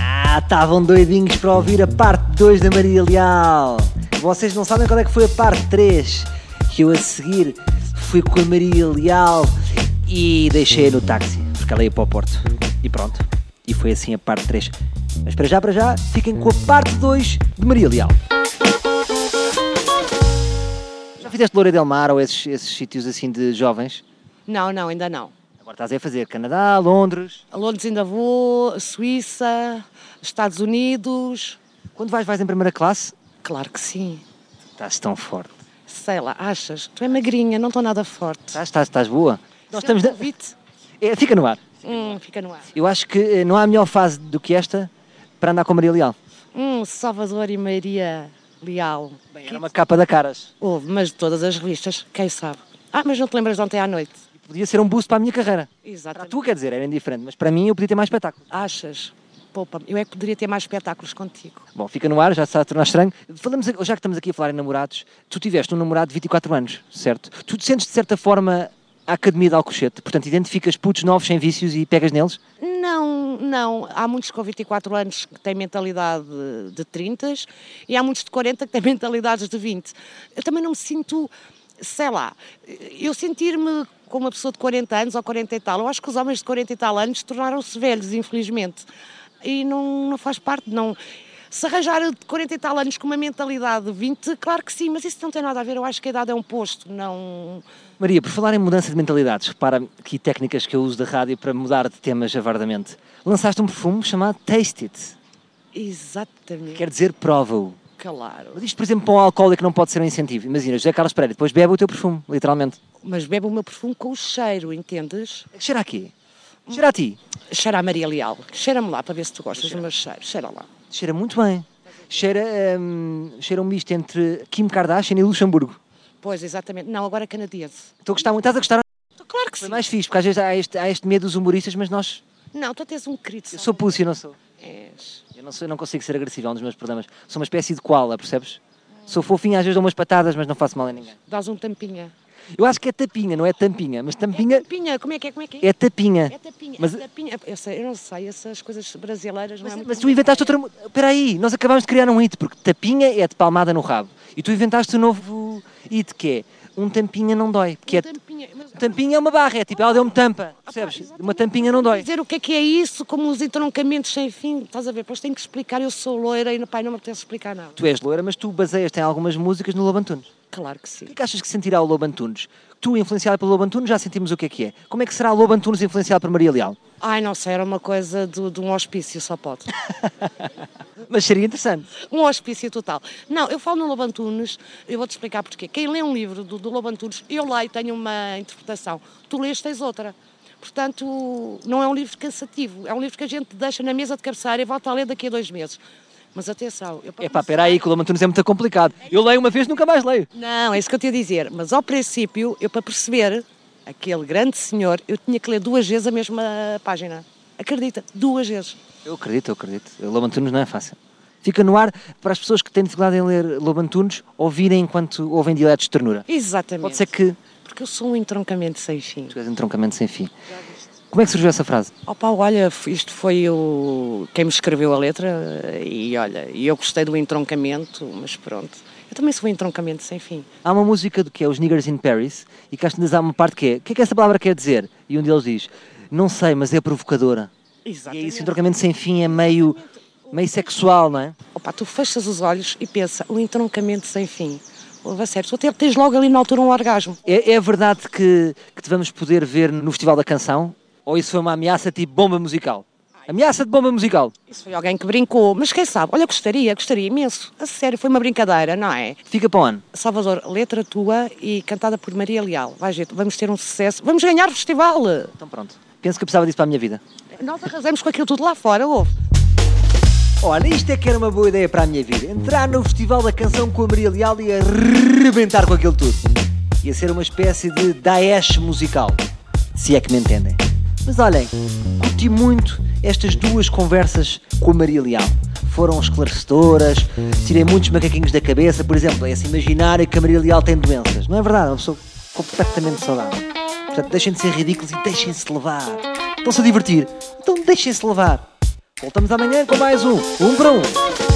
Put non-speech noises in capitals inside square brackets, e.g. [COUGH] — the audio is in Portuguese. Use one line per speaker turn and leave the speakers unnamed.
Ah, estavam doidinhos para ouvir a parte 2 da Maria Leal. Vocês não sabem quando é que foi a parte 3. Que eu a seguir fui com a Maria Leal e deixei-a no táxi, porque ela ia para o Porto. E pronto. E foi assim a parte 3. Mas para já, para já, fiquem com a parte 2 de Maria Leal. Já fizeste Loura Del Mar ou esses, esses sítios assim de jovens?
Não, não, ainda não.
Agora estás aí a fazer Canadá, Londres.
A Londres ainda vou, a Suíça, Estados Unidos.
Quando vais, vais em primeira classe?
Claro que sim.
Estás tão forte.
Sei lá, achas? Tu é magrinha, não estou nada forte.
Tá, Estás, estás, estás boa. Nós
Sempre
estamos na...
convite.
É, fica no ar.
Hum, fica no ar.
Eu acho que eh, não há melhor fase do que esta para andar com a Maria Leal.
Hum, Salvador e Maria Leal. Bem,
Era uma capa da caras.
Houve, mas de todas as revistas, quem sabe? Ah, mas não te lembras de ontem à noite?
Podia ser um boost para a minha carreira. Para a
Exatamente.
tua, quer dizer, era indiferente, mas para mim eu podia ter mais espetáculo.
Achas? Poupa-me. Eu é que poderia ter mais espetáculos contigo.
Bom, fica no ar, já se está a tornar estranho. Falamos, a- já que estamos aqui a falar em namorados, tu tiveste um namorado de 24 anos, certo? Tu te sentes de certa forma a Academia de Alcochete, portanto identificas putos novos sem vícios e pegas neles?
Não, não. Há muitos com 24 anos que têm mentalidade de 30 e há muitos de 40 que têm [LAUGHS] mentalidades de 20. Eu também não me sinto, sei lá, eu sentir-me como uma pessoa de 40 anos ou 40 e tal. Eu acho que os homens de 40 e tal anos tornaram-se velhos, infelizmente. E não, não faz parte, não. Se arranjar de 40 e tal anos com uma mentalidade de 20, claro que sim, mas isso não tem nada a ver. Eu acho que a idade é um posto, não.
Maria, por falar em mudança de mentalidades, repara que técnicas que eu uso da rádio para mudar de temas avardamente. Lançaste um perfume chamado Taste It,
Exatamente.
quer dizer prova-o.
Claro.
Mas isto, por exemplo, para um alcoólico não pode ser um incentivo. Imagina, José Carlos Pereira, depois bebe o teu perfume, literalmente.
Mas bebe o meu perfume com o cheiro, entendes?
Cheira a quê? Cheira a ti.
Cheira a Maria Leal. Cheira-me lá para ver se tu gostas do meu cheiro. Cheira lá.
Cheira muito bem. Cheira, hum, cheira um misto entre Kim Kardashian e Luxemburgo.
Pois, exatamente. Não, agora é canadense.
Estou a gostar muito. Estás a gostar?
Claro que
Foi
sim.
mais fixe, porque às vezes há este, há este medo dos humoristas, mas nós...
Não, tu tens um querido.
Eu sou pussy, eu não sou.
És.
Eu não, sou, eu não consigo ser agressivo, é um dos meus problemas. Sou uma espécie de koala, percebes? Sou fofinho, às vezes dou umas patadas, mas não faço mal a ninguém.
Dás um tampinha.
Eu acho que é tapinha, não é tampinha, mas tampinha
Tampinha, como é que é? Como é que é?
é tapinha.
É tapinha,
Mas-
é tapinha. Eu, sei, eu não sei, essas coisas brasileiras não é
Mas,
muito
mas tu inventaste outra. mo- Espera aí, nós acabámos de criar um hit, porque tapinha é de palmada no rabo. E tu inventaste um novo hit, que é um tampinha não dói. Porque é,
Tampinha, mas-
tampinha é uma barra, é tipo, ela deu-me tampa. Percebes?
Ah exatamente.
Uma tampinha não dói.
dizer o que é que é isso, como os entroncamentos sem fim, estás a ver? Pois tenho que explicar, eu sou loira e no pai não me apetece explicar nada.
Tu és loira, mas tu baseias-te em algumas músicas no Lobo Antunes. O
Claro que sim.
que é que achas que sentirá o Lobo Antunes? Tu, influenciado pelo Lobo Antunes, já sentimos o que é que é. Como é que será o Lobo Antunes influenciado por Maria Leal?
Ai, não sei, era uma coisa do- de um hospício, só pode. [LAUGHS]
Mas seria interessante.
um hospício total. Não, eu falo no Lobantunes, eu vou-te explicar porquê. Quem lê um livro do, do Lobantunes, eu leio, tenho uma interpretação. Tu lês, tens outra. Portanto, não é um livro cansativo, é um livro que a gente deixa na mesa de cabeceira e volta a ler daqui a dois meses. Mas atenção, eu para
É pá, espera aí, que o Lobo Antunes é muito complicado. Eu leio uma vez, nunca mais leio.
não, é isso que eu te ia dizer. Mas ao princípio, eu para perceber aquele grande senhor, eu tinha que ler duas vezes a mesma página. Acredita, duas vezes.
Eu acredito, eu acredito. Lobo Antunes não é fácil. Fica no ar para as pessoas que têm dificuldade em ler Lobo Antunes ouvirem enquanto ouvem dialetos de ternura.
Exatamente.
Pode ser que
Porque eu sou um entroncamento sem fim.
tu és um troncamento sem fim. Como é que surgiu essa frase?
Opa, olha, f- isto foi o... quem me escreveu a letra e olha, e eu gostei do entroncamento, mas pronto. Eu também sou um entroncamento sem fim.
Há uma música do que é os Niggers in Paris e cá às tantas há uma parte que é o que é que essa palavra quer dizer? E um deles diz, não sei, mas é provocadora. E é
Exatamente.
isso, o entroncamento sem fim é meio, meio sexual, não é?
Opa, tu fechas os olhos e pensa, o entroncamento sem fim. Ouve a sério, tu até tens logo ali na altura um orgasmo.
É, é verdade que, que te vamos poder ver no Festival da Canção? Ou isso foi uma ameaça tipo bomba musical? Ameaça de bomba musical.
Isso foi alguém que brincou, mas quem sabe, olha, gostaria, gostaria imenso. A sério, foi uma brincadeira, não é?
Fica para o ano.
Salvador, letra tua e cantada por Maria Leal. Vai ver, vamos ter um sucesso, vamos ganhar o festival.
Então pronto. Penso que eu precisava disso para a minha vida.
Nós arrasamos com aquilo tudo lá fora, ouve.
Olha, isto é que era uma boa ideia para a minha vida. Entrar no Festival da Canção com a Maria Leal e arrebentar com aquilo tudo. Ia ser uma espécie de Daesh musical. Se é que me entendem. Mas olhem, curti muito estas duas conversas com a Maria Leal. Foram esclarecedoras, tirei muitos macaquinhos da cabeça. Por exemplo, é esse imaginário que a Maria Leal tem doenças. Não é verdade, é uma pessoa completamente saudável. Portanto, deixem de ser ridículos e deixem-se levar. Estão-se a divertir, então deixem-se levar. Voltamos amanhã com mais um. Um para um.